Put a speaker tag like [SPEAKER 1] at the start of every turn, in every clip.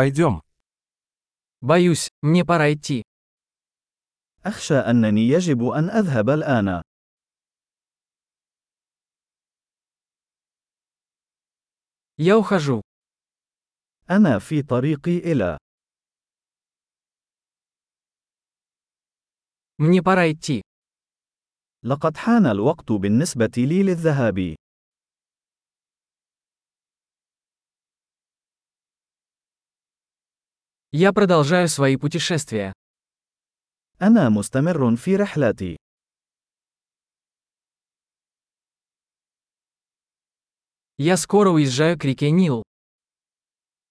[SPEAKER 1] Пойдем.
[SPEAKER 2] Боюсь, мне пора идти.
[SPEAKER 3] أخشى أنني يجب أن أذهب الآن.
[SPEAKER 2] Я ухожу.
[SPEAKER 3] أنا في طريقي إلى.
[SPEAKER 2] Мне пора идти.
[SPEAKER 3] لقد حان الوقت بالنسبة لي للذهاب.
[SPEAKER 2] Я продолжаю свои путешествия.
[SPEAKER 3] أنا مستمر في رحلتي.
[SPEAKER 2] Я скоро уезжаю к реке Нил.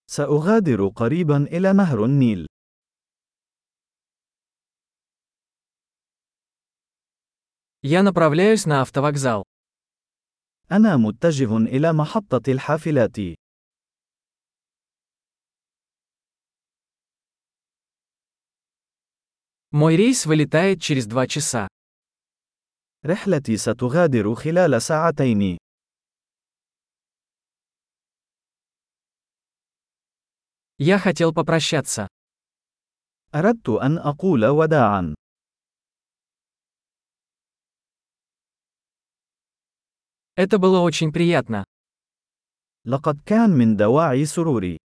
[SPEAKER 3] سأغادر قريبا إلى نهر النيل.
[SPEAKER 2] Я направляюсь на автовокзал.
[SPEAKER 3] أنا متجه إلى محطة الحافلات.
[SPEAKER 2] Мой рейс вылетает через два часа.
[SPEAKER 3] رحلتي ستغادر خلال ساعتين.
[SPEAKER 2] Я хотел попрощаться.
[SPEAKER 3] أردت أن أقول وداعا.
[SPEAKER 2] Это было очень приятно.
[SPEAKER 3] لقد كان من دواعي سروري.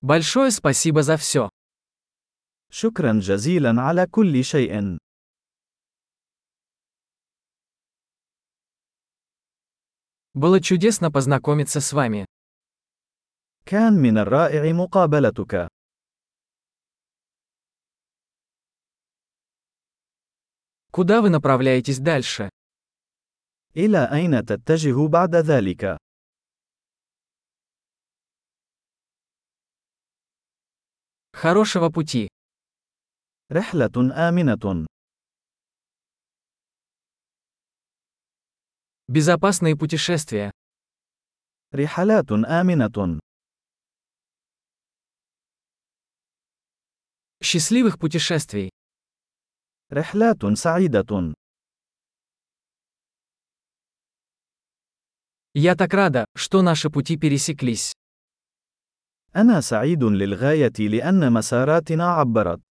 [SPEAKER 2] Большое спасибо за все.
[SPEAKER 3] شكرا جزيلا على كل شيء.
[SPEAKER 2] Было чудесно познакомиться с вами.
[SPEAKER 3] كان من الرائع مقابلتك.
[SPEAKER 2] Куда вы направляетесь дальше?
[SPEAKER 3] إلى أين تتجه بعد ذلك؟
[SPEAKER 2] Хорошего пути.
[SPEAKER 3] رحلة آمنة.
[SPEAKER 2] Безопасные путешествия.
[SPEAKER 3] رحلات آمنة.
[SPEAKER 2] Счастливых путешествий.
[SPEAKER 3] رحلات سعيدة.
[SPEAKER 2] Я так рада, что наши пути пересеклись.
[SPEAKER 3] أنا سعيد للغاية لأن مساراتنا عبرت.